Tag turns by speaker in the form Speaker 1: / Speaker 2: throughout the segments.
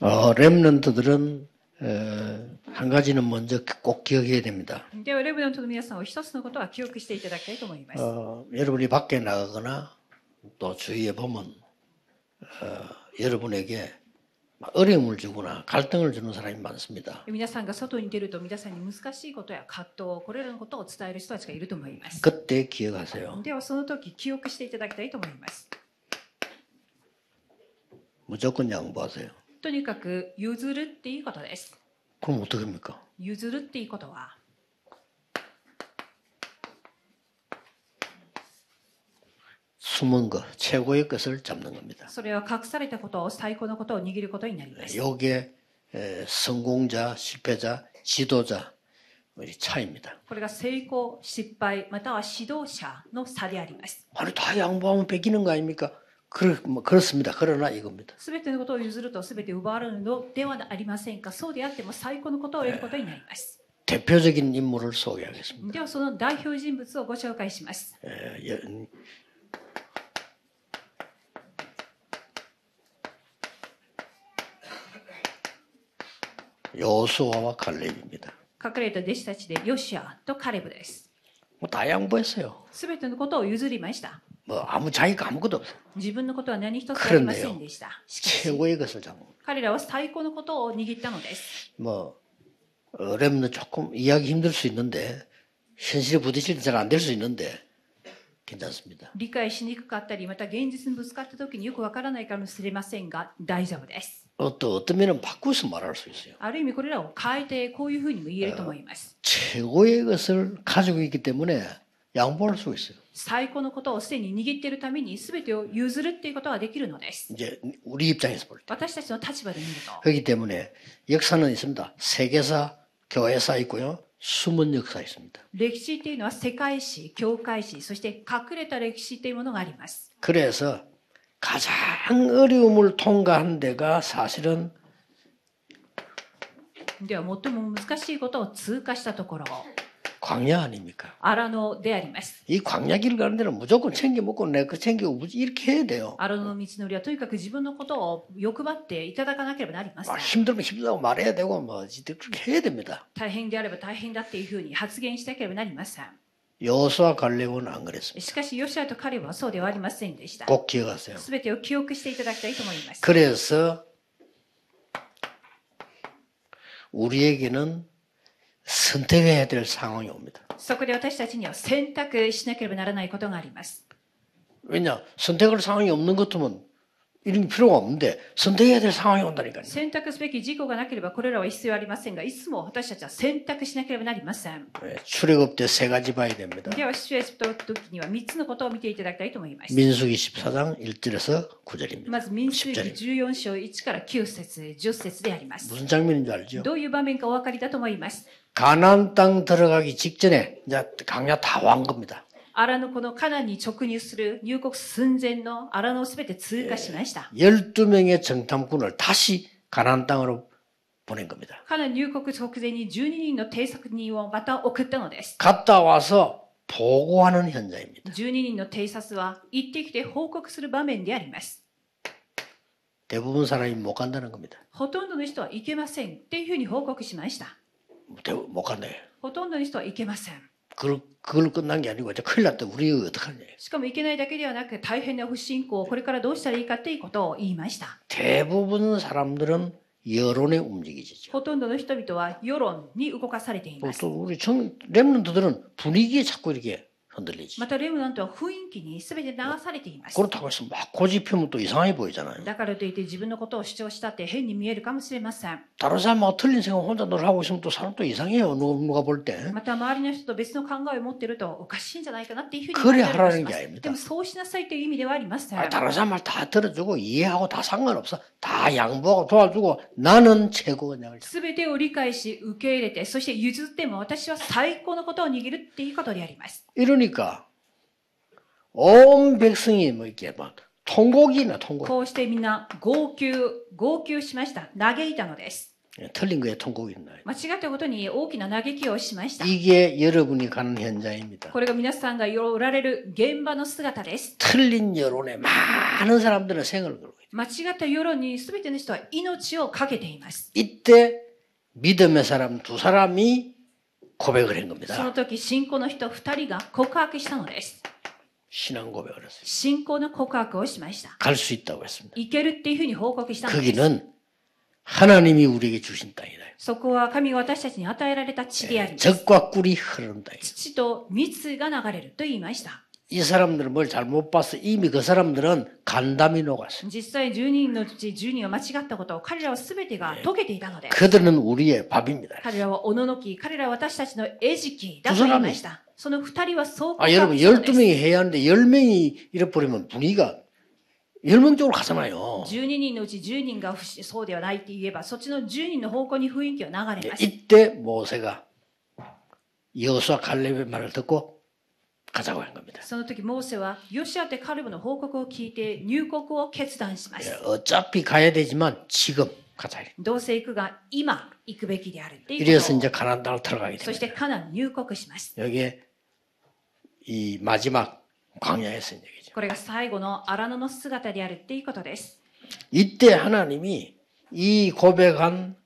Speaker 1: 어, 렘넌트들은 어, 한 가지는 먼저 꼭 기억해야 됩니다.
Speaker 2: ではレブナントの皆さんを一つのことは記憶していただきたいと思います
Speaker 1: 어, 여러분이 밖에 나가거나 또 주위에 보면 어, 여러분에게 막 어려움을 주거나 갈등을 주는 사람이 많습니다.
Speaker 2: 皆さんが外に出ると皆さんに難しいことや葛藤これらのことを伝える人たちがいると思います
Speaker 1: 그때 기억하세요.
Speaker 2: ではその時記憶していただきたいと思います
Speaker 1: 무조건 양보하세요.
Speaker 2: とにかく譲るっていうことです
Speaker 1: 그럼 어떻게 합니까?
Speaker 2: 譲るっていうことは
Speaker 1: 숨은 것, 최고의 것을 잡는 겁니다. 네,
Speaker 2: それは隠されたことを最高のことを握ることになります
Speaker 1: 요게 에, 성공자, 실패자, 지도자 우리 차입니다.
Speaker 2: これが成功失敗または指導者の差であります
Speaker 1: 아니 다 양보하면 베기는 거 아닙니까? 그렇, 뭐 그렇습니다. 그러나 이겁니다.
Speaker 2: すべてのことを譲るとすべて奪われるのではありませんかそうであっても最高のことを得ることになります、
Speaker 1: 대표적인 인물을 소개하겠습니다.
Speaker 2: ではその代表人物をご紹介します
Speaker 1: 에, 여- 음, 요수아와 갈렙입니다.
Speaker 2: 隠れた弟子たちでヨシアとカレブです
Speaker 1: 뭐 다 양보했어요.
Speaker 2: すべてのことを譲りました
Speaker 1: 뭐 아무 자기가 아무것도 없어요.
Speaker 2: 自分のことは何一つありませんでしたしか し
Speaker 1: 최고의 것을 잡는.
Speaker 2: 彼らは最高のことを握ったのです
Speaker 1: 뭐 어렵는 조금 이해하기 힘들 수 있는데 현실에 부딪힐 때 잘 안 될 수 있는데 괜찮습니다.
Speaker 2: 理解しにくかったりまた現実にぶつかった時によくわからないかもしれませんが大丈夫です
Speaker 1: 어또 어떤 면은 바꾸어서 말할 수 있어요.
Speaker 2: ある意味これらを変えてこういうふうにも言えると思います
Speaker 1: 최고의 것을 가지고 있기 때문에 양보할 수 있어요.
Speaker 2: 最高のことをすでに握っているために全てを譲るっていうことはできるのです。
Speaker 1: 이제 우리 입장에서 볼 때.
Speaker 2: 私たちの立場で見ると、
Speaker 1: 그렇기 때문에 역사는 있습니다. 세계사, 교회사 있고요. 숨은 역사 있습니다.
Speaker 2: 歴史っていうのは世界史、教会史、そして隠れた歴史っていうものがあります。
Speaker 1: 그래서 가장 어려움을 통과한 데가 사실은
Speaker 2: では最も難しいことを通過したところ、
Speaker 1: 광야 아닙니까?
Speaker 2: 荒野であります。
Speaker 1: 이 광야길 가는 데는 무조건 챙겨 먹고 내 거 챙기고 무지- 이렇게 해야 돼요.
Speaker 2: 荒野の道のりはとにかく自分のことを欲張っていただかなければなりません
Speaker 1: 막 。 아, 힘들면 힘들다고 말해야 되고 뭐 이제 그렇게 해야 됩니다.
Speaker 2: 大変であれば大変だっていうふうに発言しなければなりません。
Speaker 1: 여수와 갈렙은 안 그랬습니다.
Speaker 2: しかし、ヨシアと彼はそうではありませんでした。
Speaker 1: 꼭 기억하세요.
Speaker 2: すべてを記憶していただきたいと思います。
Speaker 1: 그래서 우리에게는 선택해야 될 상황이 옵니다.
Speaker 2: そこで私たちには選択しなければならないことがあります。
Speaker 1: 왜냐 선택할 상황이 없는 것 같으면 이런 게 필요가 없는데 선택해야 될 상황이 온다니까요.
Speaker 2: 選択すべき事項がなければこれらは必要ありませんが、いつも私たちは選択しなければなりません。
Speaker 1: 예, 출애굽 때 세 가지 봐야 됩니다.
Speaker 2: では、出演する時には3つのことを見ていただきたいと思います。
Speaker 1: 민수기 14장 1절에서 9절입니다.
Speaker 2: まず、民数記
Speaker 1: 10
Speaker 2: 14章1から9節10節であります。
Speaker 1: 무슨 장면인 줄 알죠?
Speaker 2: どういう場面かお分かりだと思います。
Speaker 1: 가나안 땅 들어가기 직전에 이제 강야 다 왕 겁니다.
Speaker 2: 荒野このカナンに直入する入国寸前の荒野をすべて通過しました。
Speaker 1: 12명의 정탐꾼을 다시 가나안 땅으로 보낸 겁니다.
Speaker 2: カナン入国直前に12人の偵察人をまた送ったのです。
Speaker 1: 갔다 와서 보고하는 현장입니다.
Speaker 2: 12人の偵察は行ってきて報告する場面であります。
Speaker 1: 대부분 사람이 못 간다는 겁니다.
Speaker 2: ほとんどの人は行けませんっていうふうに報告しました。
Speaker 1: 대- 못 간다.
Speaker 2: ほとんどの人は行けません。
Speaker 1: 그걸, 그걸 끝난 게 아니고 이제 큰일 났다. 우리 이거 어떡하냐.
Speaker 2: しかも行けないだけではなく大変な不信仰をこれからどうしたらいいかっていうことを言いました。
Speaker 1: 대부분 사람들은 여론에 움직이죠.
Speaker 2: ほとんどの人々は世論に動かされています。
Speaker 1: 보통 우리 청, 랩런트들은 분위기에 자꾸 이렇게 흔들리지.
Speaker 2: またレムナントは雰囲気に全て流されています。
Speaker 1: 그렇다고 해서 막 고집 피우면 또 이상해 보이잖아요.
Speaker 2: だからといって自分のことを主張したって変に見えるかもしれません。
Speaker 1: 다른 사람하고 틀린 생각 혼자 늘 하고 있으면 또 사람 또 이상해요. 누- 누가 볼 때.
Speaker 2: また周りの人と別の考えを持っているとおかしいんじゃないかなっていうふうに
Speaker 1: 그래
Speaker 2: 考えたりも
Speaker 1: 하라는게
Speaker 2: します
Speaker 1: 아닙니다
Speaker 2: でもそうしなさいという意味ではありません。
Speaker 1: 아, 다른 사람 말 다 들어주고 이해하고 다 상관없어. 다 양보하고 도와주고 나는 최고 그냥.
Speaker 2: すべてを理解し、受け入れて、そして譲っても私は最高のことを握るっていうことであります。
Speaker 1: 이러니까 온 백성이 뭐 이렇게 막 통곡이나 통곡.
Speaker 2: こうしてみんな号泣、号泣しました。嘆いたのです。
Speaker 1: 예, 틀린 거에 통곡이 있나요?
Speaker 2: 間違ったことに大きな嘆きをしました。
Speaker 1: 이게 여러분이 가는 현장입니다.
Speaker 2: これが皆さんがおられる現場の姿です。
Speaker 1: 틀린 여론에 많은 사람들은 생을 걸고 있다.
Speaker 2: 間違った世論に全ての人は命を懸けています。
Speaker 1: 이때 믿음의 사람 두 사람이 고백을 한
Speaker 2: そ
Speaker 1: 겁니다.
Speaker 2: の時、信仰の人2人が告白したのです。
Speaker 1: 신앙 고백을 했어요.
Speaker 2: 信仰の告白をしました。
Speaker 1: 갈 수 있다고 했습니다.
Speaker 2: 行けるっていうふうに報告したのです。
Speaker 1: 거기는 하나님이 우리에게 주신 땅이다.
Speaker 2: そこは神が私たちに与えられた地であります
Speaker 1: 적과 꿀이 흐르는 땅이다.
Speaker 2: 父と蜜が流れると言いました。
Speaker 1: 이 사람들은 뭘 잘못 봐서 이미 그 사람들은 간담이 녹았어요.
Speaker 2: 実際10人のうち10人は間違ったことを彼らは全てが解けていたので
Speaker 1: 그들은 우리의 네. 밥입니다.
Speaker 2: 彼らはおののき彼らは私たちの餌食だと言いましたその二人はそう告
Speaker 1: 아
Speaker 2: 白
Speaker 1: 여러분
Speaker 2: したのです
Speaker 1: 12명이 해야 하는데 10명이 잃어버리면 분위기가 10명 쪽으로 가잖아요.
Speaker 2: 12人のうち10人が不思そうではないって言えばそっちの10人の方向に雰囲気を流れ
Speaker 1: 예,
Speaker 2: ます
Speaker 1: 이때 모세가 여수와 갈렙의 말을 듣고 가자고 한 겁니다.
Speaker 2: その時モーセはヨシアとカルブの報告を聞いて入国を決断しま
Speaker 1: 예,
Speaker 2: す
Speaker 1: 어차피 가야 되지만 지금 가자. 이래.
Speaker 2: どうせ行くが今行くべきであるっていうこ
Speaker 1: 이래서
Speaker 2: とを
Speaker 1: 이제 가나안 땅을 들어가게
Speaker 2: そして
Speaker 1: 됩니다.
Speaker 2: カナン入国します
Speaker 1: 여기에 이 마지막 광야에 쓴 얘기죠.
Speaker 2: これが最後の荒野の姿であるっていうことです
Speaker 1: 이때 하나님이 이 고백한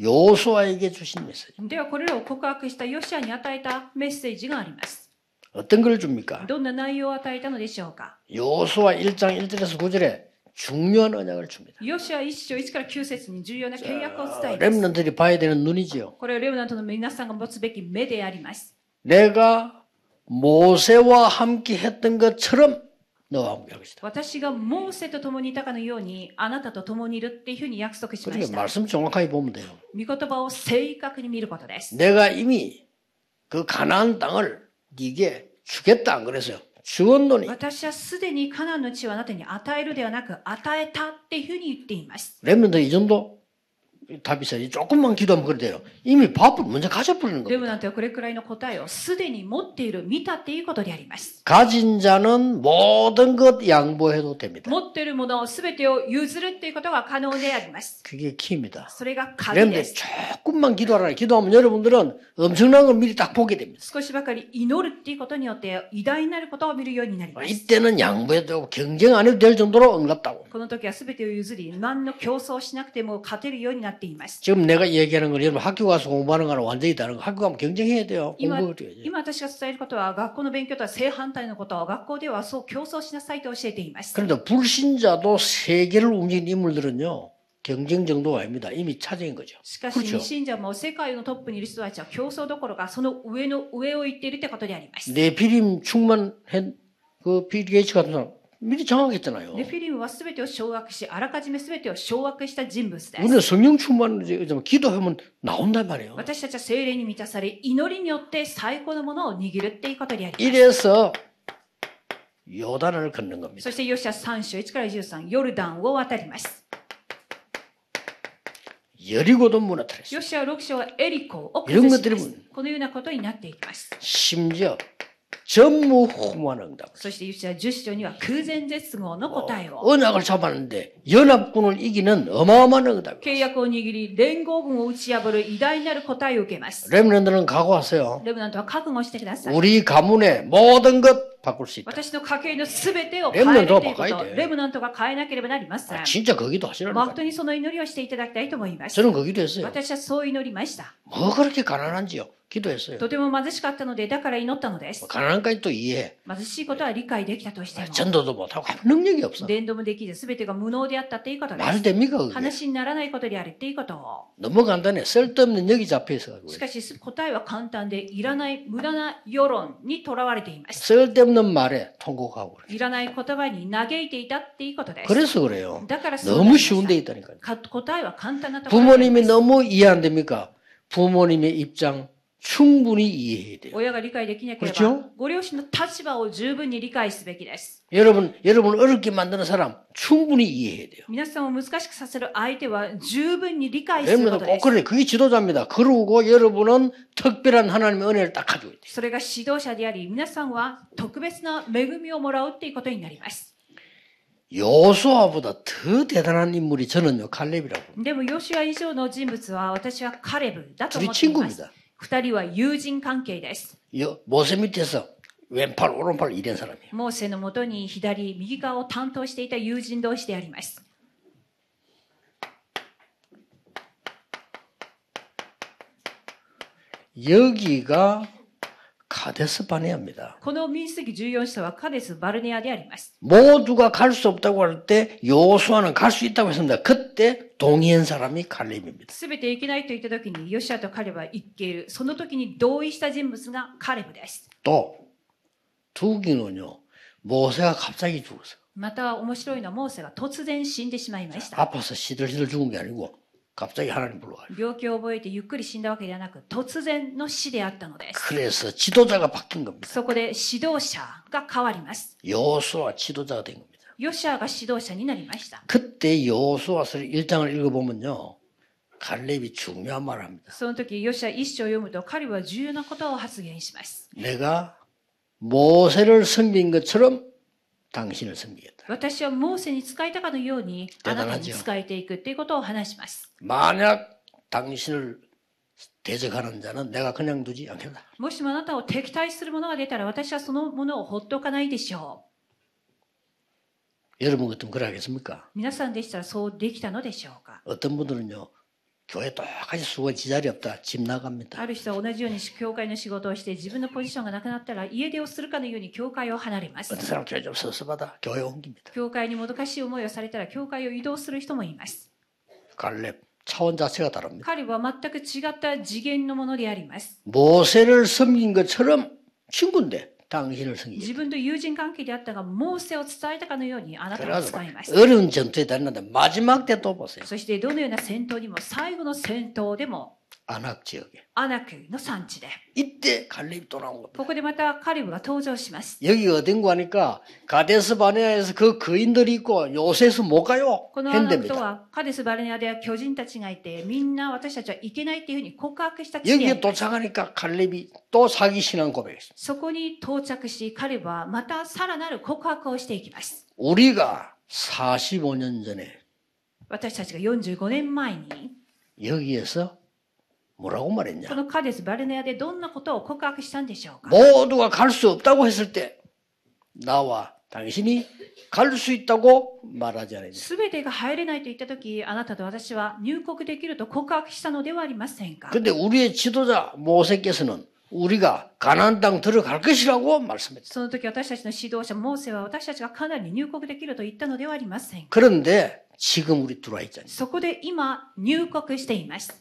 Speaker 1: 요수아에게 주신 메시지
Speaker 2: ではこれらを告白したヨシアに与えたメッセージがあります
Speaker 1: 어떤 걸 줍니까?
Speaker 2: どんな内容を与えたのでしょうか
Speaker 1: 요수아 1장 1절에서 9절에 중요한 언약을 줍니다.
Speaker 2: ヨシア1章1から9節に重要な契約を伝えます。
Speaker 1: 렘넌들이 봐야 되는 눈이지요.
Speaker 2: これはレムナントの皆さんが持つべき目であります。
Speaker 1: 내가 모세와 함께 했던 것처럼 너와 함께 할 것이다.
Speaker 2: 私がモーセと共にいたかのように、あなたと共にいるっていうふうに約束しま
Speaker 1: 그러니까
Speaker 2: した。
Speaker 1: 말씀 정확하게 보면 돼요.
Speaker 2: 御言葉を正確に見ることです。
Speaker 1: 내가 이미 그 가나안 땅을 네게 주겠다 안 그랬어요. 주었노니
Speaker 2: 私はすでにカナンの地をあなたに与えるではなく、与えたっていうふうに言っています。
Speaker 1: 렘넌들 이 정도 답이 있어요. 조금만 기도하면 그래 돼요. 이미 밥을 먼저 가져버리는
Speaker 2: レ
Speaker 1: 거예요.
Speaker 2: ムナントはこれくらいの答えをすでに持っている、見たっていうことであります。
Speaker 1: 가진 자는 모든 것 양보해도 됩니다.
Speaker 2: 持っているものを全てを譲るっていうことが可能であります。
Speaker 1: 그게 키입니다.
Speaker 2: それが鍵で
Speaker 1: 그런데
Speaker 2: す。
Speaker 1: 조금만 기도하라. 기도하면 여러분들은 엄청난 걸 미리 딱 보게 됩니다.
Speaker 2: 少しばかり祈るっていうことによって偉大になることを見るようになり
Speaker 1: 아,
Speaker 2: ます。
Speaker 1: 이때는 양보해도 되고 경쟁 안 해도 될 정도로 응답다고.
Speaker 2: この時は全てを譲り、何の競争をしなくても勝てるようになっています。
Speaker 1: 지금 내가 얘기하는 건 여러분 학교 가서 공부하는 거랑 완전히 다른 거. 학교 가면 경쟁해야 돼요.
Speaker 2: 今
Speaker 1: 공부해야 돼요.
Speaker 2: 今私が伝えることは学校の勉強とは正反対のことを学校ではそう競争しなさいと教えています。
Speaker 1: 그런데 불신자도 세계를 움직인 인물들은요. 경쟁 정도가 아닙니다. 이미 차지인 거죠.
Speaker 2: しか
Speaker 1: 그렇죠
Speaker 2: し、信者も世界のトップにいる人たちは競争どころかその上の上を行っているってことであります。
Speaker 1: 내 비림 충만한 그 빌게이츠 같은 사람 미리 정하겠잖아요.
Speaker 2: レフィリムは全てを掌握し、あらかじめ全てを掌握した人物です。
Speaker 1: 우리는 성령 충만을 이제 좀 기도하면 나온단 말이에요.
Speaker 2: 私たちは精霊に満たされ、祈りによって最高のものを握るっていうことであります。
Speaker 1: 이래서 요단을 걷는 겁니다.
Speaker 2: そしてヨシア3章1から13ヨルダンを渡ります。
Speaker 1: 여리고도 무너뜨렸어요.
Speaker 2: ヨシア6章はエリコを
Speaker 1: いろん
Speaker 2: 崩
Speaker 1: な
Speaker 2: し
Speaker 1: テレ
Speaker 2: ま
Speaker 1: ビ
Speaker 2: す。このようなことになっていきます。
Speaker 1: 심지어 전무후무한 응답.
Speaker 2: そしてヨシア10章には空前絶後の答えを。
Speaker 1: 언약을 잡았는데 연합군을 이기는 어마어마한 응답.
Speaker 2: 契約を握り、連合軍を打ち破る偉大なる答えを受けます。
Speaker 1: 렘런들은 각오하세요.
Speaker 2: レムナントは覚悟してください。
Speaker 1: 우리 가문의 모든 것 바꿀 수 있다.
Speaker 2: 私の家計のすべてを変えるというこ
Speaker 1: レムナントは若
Speaker 2: と
Speaker 1: いで
Speaker 2: レムナントが変えなければなりません
Speaker 1: 아, 。 진짜 거기도 하시라는
Speaker 2: 本
Speaker 1: 거예요.
Speaker 2: 当にその祈りをしていただきたいと思います。
Speaker 1: 저는 거기도 했어요.
Speaker 2: 私はそう祈りました。
Speaker 1: 뭐 그렇게 가난한지요? 기도했어요.
Speaker 2: とても貧しかったので、だから祈ったのです。
Speaker 1: 뭐 가난한까지 또 이해해.
Speaker 2: 貧しいことは理解できたとして
Speaker 1: 아,
Speaker 2: も。
Speaker 1: 전도도 못하고 아무 능력이 없어.
Speaker 2: 伝道もできず全てが無能であったっていうことで
Speaker 1: 말
Speaker 2: す。
Speaker 1: 됩니까 그게?
Speaker 2: 話にならないことであるっていうことを。
Speaker 1: 너무 간단해. 쓸데없는 여기 잡혀 있어가지고.
Speaker 2: しかし答えは簡単でいらない無駄な世論にとらわれています。
Speaker 1: 쓸데없는 말에 통곡하고 그래.
Speaker 2: いらない言葉に嘆いていたっていうことです。
Speaker 1: 그래서 그래요.
Speaker 2: だからそうなりま
Speaker 1: 너무
Speaker 2: した
Speaker 1: 쉬운 데 있다니까요.
Speaker 2: か答えは簡単なところにあり
Speaker 1: 부모님이
Speaker 2: ます
Speaker 1: 너무 이해 안 됩니까? 부모님의 입장 충분히 이해해야 돼요.
Speaker 2: 親が理解できなけ
Speaker 1: こ
Speaker 2: れ
Speaker 1: れ違
Speaker 2: ば
Speaker 1: う
Speaker 2: ご両親の立場を十分に理解すべきです。
Speaker 1: 여러분, 여러분을 어렵게 만드는 사람 충분히 이해해야 돼요.
Speaker 2: 皆さんを難しくさせる相手は十分に理解するこ
Speaker 1: 여러분도
Speaker 2: と
Speaker 1: 꼭
Speaker 2: です。
Speaker 1: 그래. 그게 지도자입니다. 그러고 여러분은 특별한 하나님의 은혜를 딱 가지고 있대요.
Speaker 2: それが指導者であり皆さんは特別な恵みをもらうっていうことになります。
Speaker 1: 요수아보다 더 대단한 인물이 저는요, 칼렙이라고.
Speaker 2: でもヨシュア以上の人物は私はカレブだと思
Speaker 1: 둘이
Speaker 2: っています。
Speaker 1: 친구입니다.
Speaker 2: 二人は友人関係です。
Speaker 1: 여- 모세 밑에서 왼팔, 오른팔 일한 사람이에요.
Speaker 2: モーセのもとに左、右側を担当していた友人同士であります。
Speaker 1: 여기가 카데스 바네아입니다.
Speaker 2: この民主主義14社はカデス・バルネアであります。
Speaker 1: 모두가 갈 수 없다고 할 때 요수아는 갈 수 있다고 했습니다. 그때 동의한 사람이 갈렙입니다.
Speaker 2: すべていけないと言った時に、ヨシアとカレブは行ける。その時に同意した人物がカレブです。
Speaker 1: 또 두기는요 모세가 갑자기 죽었어요.
Speaker 2: また面白いのはモーセが突然死んでしまいました。
Speaker 1: 아파서 시들시들 죽은 게 아니고 갑자기 하나님 불러가지고
Speaker 2: 病気を覚えてゆっくり死んだわけではなく、突然の死であったのです。
Speaker 1: 그래서 지도자가 바뀐 겁니다.
Speaker 2: そこで指導者が変わります。
Speaker 1: 요수아 지도자가 된 겁니다.
Speaker 2: ヨシアが指導者になりました。
Speaker 1: 그때 요수아서 1장을 읽어보면요 갈렙이 중요한 말을 합니다.
Speaker 2: その時、ヨシア一章を読むと、カレブは重要なことを発言します。
Speaker 1: 내가 모세를 섬긴 것처럼 당신을 섬기겠다.
Speaker 2: 私はモーセに仕えたかのように、あなたに
Speaker 1: 手放しよ
Speaker 2: 仕えていくということを話します。
Speaker 1: 만약 당신을 대적하는 자는 내가 그냥 두지 않겠다.
Speaker 2: もしもあなたを敵対するものが出たら私はそのものを放っておかないでしょ
Speaker 1: 여러분 같으면 그래 하겠습니까?
Speaker 2: う。皆さんでしたらそうできたのでしょうか
Speaker 1: 어떤 분들은요, 교회 똑같이 수고 지자리 없다. 집
Speaker 2: あ
Speaker 1: 나갑니다.
Speaker 2: る人は同じように教会の仕事をして自分のポジションがなくなったら家出をするかのように教会を離れます
Speaker 1: 어떤 。 사람 교회 좀 섭섭하다. 교회 옮깁니다.
Speaker 2: 教会にもどかしい思いをされたら教会を移動する人もいます。
Speaker 1: 갈렙. 차원 자체가 다릅니다.
Speaker 2: 彼は全く違った次元のものであります。
Speaker 1: 모세를 섬긴 것처럼 친구인데 당신을
Speaker 2: 自
Speaker 1: 섬기겠다.
Speaker 2: 分と友人関係であったが、モーセを伝えたかのようにあなたを
Speaker 1: 그래가지고
Speaker 2: 使いました。
Speaker 1: 어려운 전투에 다녔는데 마지막 때 또 보세요.
Speaker 2: そしてどのような戦闘にも最後の戦闘でも
Speaker 1: 안악 지역에.
Speaker 2: アナクの産地で。
Speaker 1: 이때 갈렙이 또 나온 겁니다.
Speaker 2: ここでまたカリブが登場します。
Speaker 1: 여기 어딘고 하니까 가데스 바네아에서 그 거인들이 있고 요새에서 못 가요.
Speaker 2: このアナク
Speaker 1: 핸드입니다.
Speaker 2: とはカデス・バルネアでは巨人たちがいて、みんな私たちはいけないっていうふうに告白した地で
Speaker 1: 여기에 、 도착하니까 갈렙이 또 사기 신앙 고백했어요.
Speaker 2: そこに到着し、彼はまたさらなる告白をしていきます。
Speaker 1: 우리가 45년 전에
Speaker 2: 私たちが45年前に、
Speaker 1: 여기에서 뭐라고
Speaker 2: こ
Speaker 1: 말했냐?
Speaker 2: のカデス・バルネアでどんなことを告白したんでしょうか
Speaker 1: 모두가 갈 수 없다고 했을 때 나와 당신이 갈 수 있다고 말하지 않았냐?
Speaker 2: すべてが入れないと言ったとき、あなたと私は入国できると告白したのではありませんか
Speaker 1: 근데 우리의 지도자 모세께서는 우리가 가나안 땅 들어갈 것이라고 말씀했죠.
Speaker 2: その時私たちの指導者モーセは私たちがかなり入国できると言ったのではありませんか
Speaker 1: 그런데 지금 우리 들어와 있잖아요.
Speaker 2: そこで今入国しています。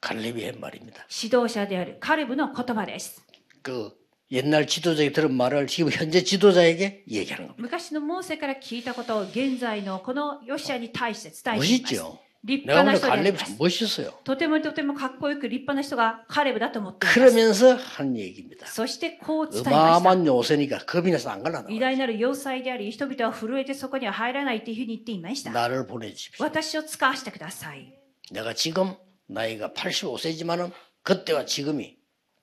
Speaker 1: 갈렙이 한 말입니다.
Speaker 2: 指導者であるカレブの言葉です。
Speaker 1: 그 옛날 지도자에게 들은 말을 지금 현재 지도자에게 얘기하는 겁니다.
Speaker 2: 昔のモーセから聞いたことを現在のこのヨシアに対して
Speaker 1: 아,
Speaker 2: 伝えています。
Speaker 1: 멋있죠?
Speaker 2: 立
Speaker 1: 내가
Speaker 2: 派な
Speaker 1: 오늘 갈렙이
Speaker 2: 人でありま
Speaker 1: 참
Speaker 2: す。
Speaker 1: 멋있어요.
Speaker 2: とてもとてもかっこよく立派な人がカレブだと思っています。
Speaker 1: 그러면서 한 얘기입니다.
Speaker 2: そしてこう伝えました。
Speaker 1: 어마어마한 요새니까 겁이 나서 안 갈라나.
Speaker 2: 偉大なる要塞であり、人々は震えてそこには入らないというふうに言っていました。
Speaker 1: 나를 보내주십시오.
Speaker 2: 私を使わせてください。
Speaker 1: 내가 지금 나이가 85세지만은 그때와 지금이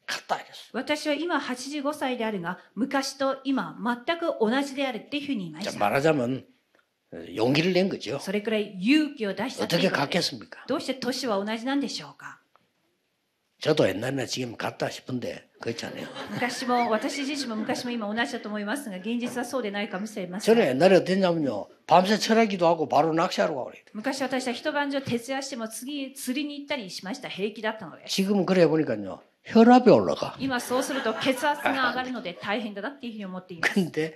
Speaker 1: 같다 이랬어.
Speaker 2: 私は今85歳であるが、昔と今全く同じであるっていうふうに言いまし
Speaker 1: 자,
Speaker 2: た。
Speaker 1: 말하자면 어, 용기를 낸 거죠.
Speaker 2: それくらい勇気を出したとい
Speaker 1: 어떻게
Speaker 2: うことです。
Speaker 1: 같겠습니까?
Speaker 2: どうして年は同じなんでしょうか
Speaker 1: 저도 옛날이나 지금 같다 싶은데 그렇잖아요.
Speaker 2: 昔も私自身も昔も今同じだと思いますが現実はそうでないかもしれませ
Speaker 1: 저는
Speaker 2: ん
Speaker 1: 옛날에 어땠냐면요. 밤새 철하기도 하고 바로 낚시하러 가고 그래요.
Speaker 2: 昔私は一晩中徹夜しても次釣りに行ったりしました平気だったのです
Speaker 1: 지금 그래 보니까요. 혈압이 올라가.
Speaker 2: 今そうすると血圧が上がるので大変だなっていうふうに思っています
Speaker 1: 근데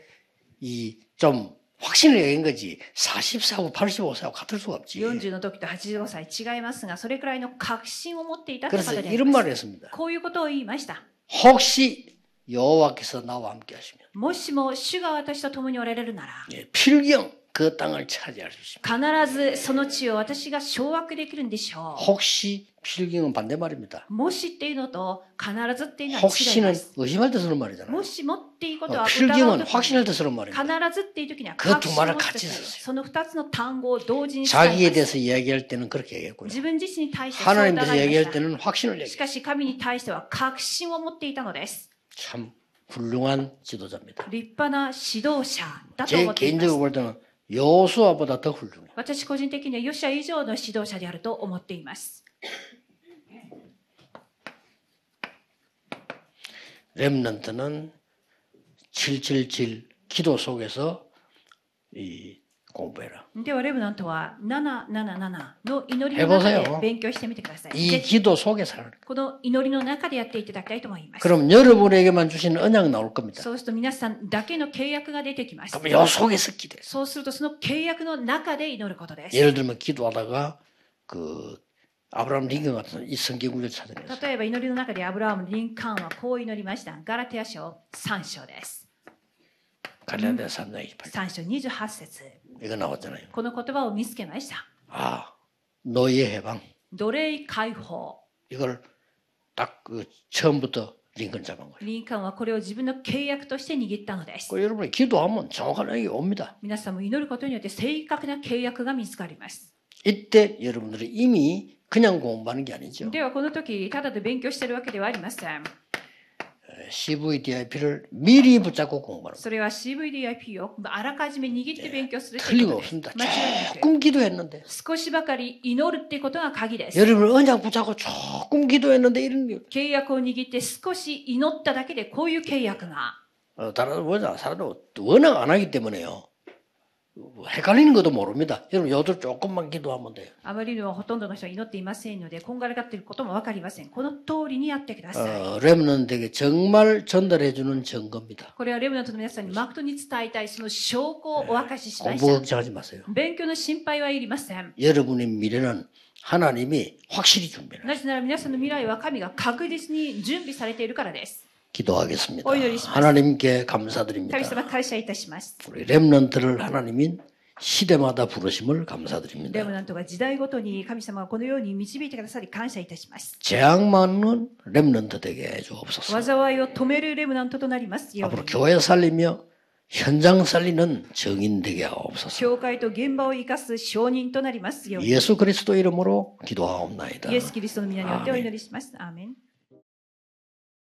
Speaker 1: 이 좀 확신을 여긴 거지 44하고 85세하고 같을 수가 없지.
Speaker 2: 40の時と85歳違いますがそれくらいの確信を持っていたってこ
Speaker 1: 그래서
Speaker 2: とであり
Speaker 1: 이런
Speaker 2: ます
Speaker 1: 말을 했습니다.
Speaker 2: こういうことを言いました
Speaker 1: 혹시 여호와께서 나와 함께 하시면
Speaker 2: もしも主が私と共におられるなら
Speaker 1: 예, 필경 그 땅을 차지할 수 있습니다.
Speaker 2: 必ずその地を私が掌握できるんでしょ
Speaker 1: 혹시 필경은 반대말입니다.
Speaker 2: うもしっていうのと必ずっていうのは違いま
Speaker 1: 혹시는
Speaker 2: す
Speaker 1: 의심할 때 쓰는 말이잖아요.
Speaker 2: もしもっていうこと
Speaker 1: 어,
Speaker 2: は疑う
Speaker 1: 필경은
Speaker 2: ときに
Speaker 1: 확신할 때 쓰는
Speaker 2: 必
Speaker 1: 말입니다.
Speaker 2: ずっていう時には
Speaker 1: 그두
Speaker 2: 確信を
Speaker 1: 말을
Speaker 2: 持
Speaker 1: 같이
Speaker 2: つ
Speaker 1: 썼어요
Speaker 2: その二つの単語を同時に使い
Speaker 1: 자기에
Speaker 2: ます
Speaker 1: 대해서 이야기할 때는 그렇게 얘기했고요.
Speaker 2: 自分自身に対してそう疑い
Speaker 1: 하나님에
Speaker 2: ま
Speaker 1: 대해서 얘기할
Speaker 2: し
Speaker 1: 때는 확신을
Speaker 2: たし
Speaker 1: 얘기해요.
Speaker 2: かし神に対しては確信を持っていたのです
Speaker 1: 참 훌륭한 지도자입니다.
Speaker 2: 立派な指導者だと
Speaker 1: 제
Speaker 2: 思っていま
Speaker 1: 개인적으로 볼
Speaker 2: す
Speaker 1: 때는 여수아보다 더 훌륭해요.
Speaker 2: 私個人的にはヨシア以上の指導者であると思っています
Speaker 1: 렘넌트는 777 기도 속에서 이 공부해라.
Speaker 2: ではレブナントは777の祈りの中
Speaker 1: 해보세요
Speaker 2: で勉強してみてください。
Speaker 1: 이
Speaker 2: ぜひ
Speaker 1: 기도 속에 살아라.
Speaker 2: この祈りの中でやっていただきたいと思います。
Speaker 1: 그럼 여러분에게만 주시는 언약 나올 겁니다.
Speaker 2: そうすると皆さんだけの契約が出てきます。
Speaker 1: 그럼 요 속에서 기도해.
Speaker 2: そうするとその契約の中で祈ることです。
Speaker 1: 예를 들면 기도하다가 그 아브라함 링컨 같은 이 성경 구절 찾아냈어요.
Speaker 2: 例えば祈りの中でアブラハム・リンカーンはこう祈りました。ガラテア書3章です。
Speaker 1: 갈라디아 3장 28절.
Speaker 2: 3章28節
Speaker 1: 이거 나왔잖아요.
Speaker 2: この言葉を見つけました。
Speaker 1: 아, 노예 해방.
Speaker 2: 奴隷解放。
Speaker 1: 이걸 딱 그 처음부터 링컨 잡은 거예요.
Speaker 2: リンカーンはこれを自分の契約として握ったのです。
Speaker 1: 그 여러분이 기도하면 정확한 언약이 옵니다.
Speaker 2: 皆さんも祈ることによって正確な契約が見つかります。
Speaker 1: 이때 여러분들이 이미 그냥 공부하는 게 아니죠.
Speaker 2: ではこの時、ただで勉強しているわけではありません。
Speaker 1: 네, CVDIP를 미리 붙잡고 공부하는 거예요.
Speaker 2: それは CVDIP をあらかじめ握って勉強するとい
Speaker 1: 틀림
Speaker 2: うことです。
Speaker 1: 없습니다.
Speaker 2: 間違いなく。
Speaker 1: 조금 기도했는데
Speaker 2: 少しばかり祈るってことが鍵です。
Speaker 1: 여러분 언약 붙잡고 조금 기도했는데 이런 일.
Speaker 2: 契約を握って少し祈っただけでこういう契約が。
Speaker 1: 어, 다른 뭐냐 사람들 워낙 안 하기 때문에요. 뭐 헷갈리는 것도 모릅니다. 여러분 요들 조금만 기도하면 돼요.
Speaker 2: あまりにもほとんどの人は祈っていませんので、こんがらがっていることもわかりません。この通りにやってください。
Speaker 1: 어, 렘넌트에게 정말 전달해주는 증거입니다.
Speaker 2: これはレブナントの皆さんにマクトに伝えたい、その証拠をお明かししま
Speaker 1: 공부
Speaker 2: した。
Speaker 1: 걱정하지 마세요.
Speaker 2: 勉強の心配はいりません。
Speaker 1: 여러분의 미래는 하나님이 확실히 준비해요.
Speaker 2: なぜなら皆さんの未来は神が確実に準備されているからです。
Speaker 1: 기도하겠습니다.
Speaker 2: 오히려 있습니다.
Speaker 1: 하나님께
Speaker 2: 神様
Speaker 1: 감사드립니다.
Speaker 2: 感謝いたします。
Speaker 1: 우리 렘넌트를 하나님인 시대마다 부르심을
Speaker 2: レム
Speaker 1: 감사드립니다.
Speaker 2: ナントが時代ごとに神様がこのように導いてくださり感謝いたします。
Speaker 1: 재앙만은 렘넌트 되게 주옵소서.
Speaker 2: 災いを止めるレムナントとなりますよう
Speaker 1: 앞으로
Speaker 2: に。
Speaker 1: 교회 살리며 현장 살리는 정인 되게 하옵소서.
Speaker 2: 教会と現場を生かす証人となりますように。イ
Speaker 1: 예수 그리스도 이름으로 기도하옵나이다.
Speaker 2: エス・キリストの皆によってお祈りします。アーメン。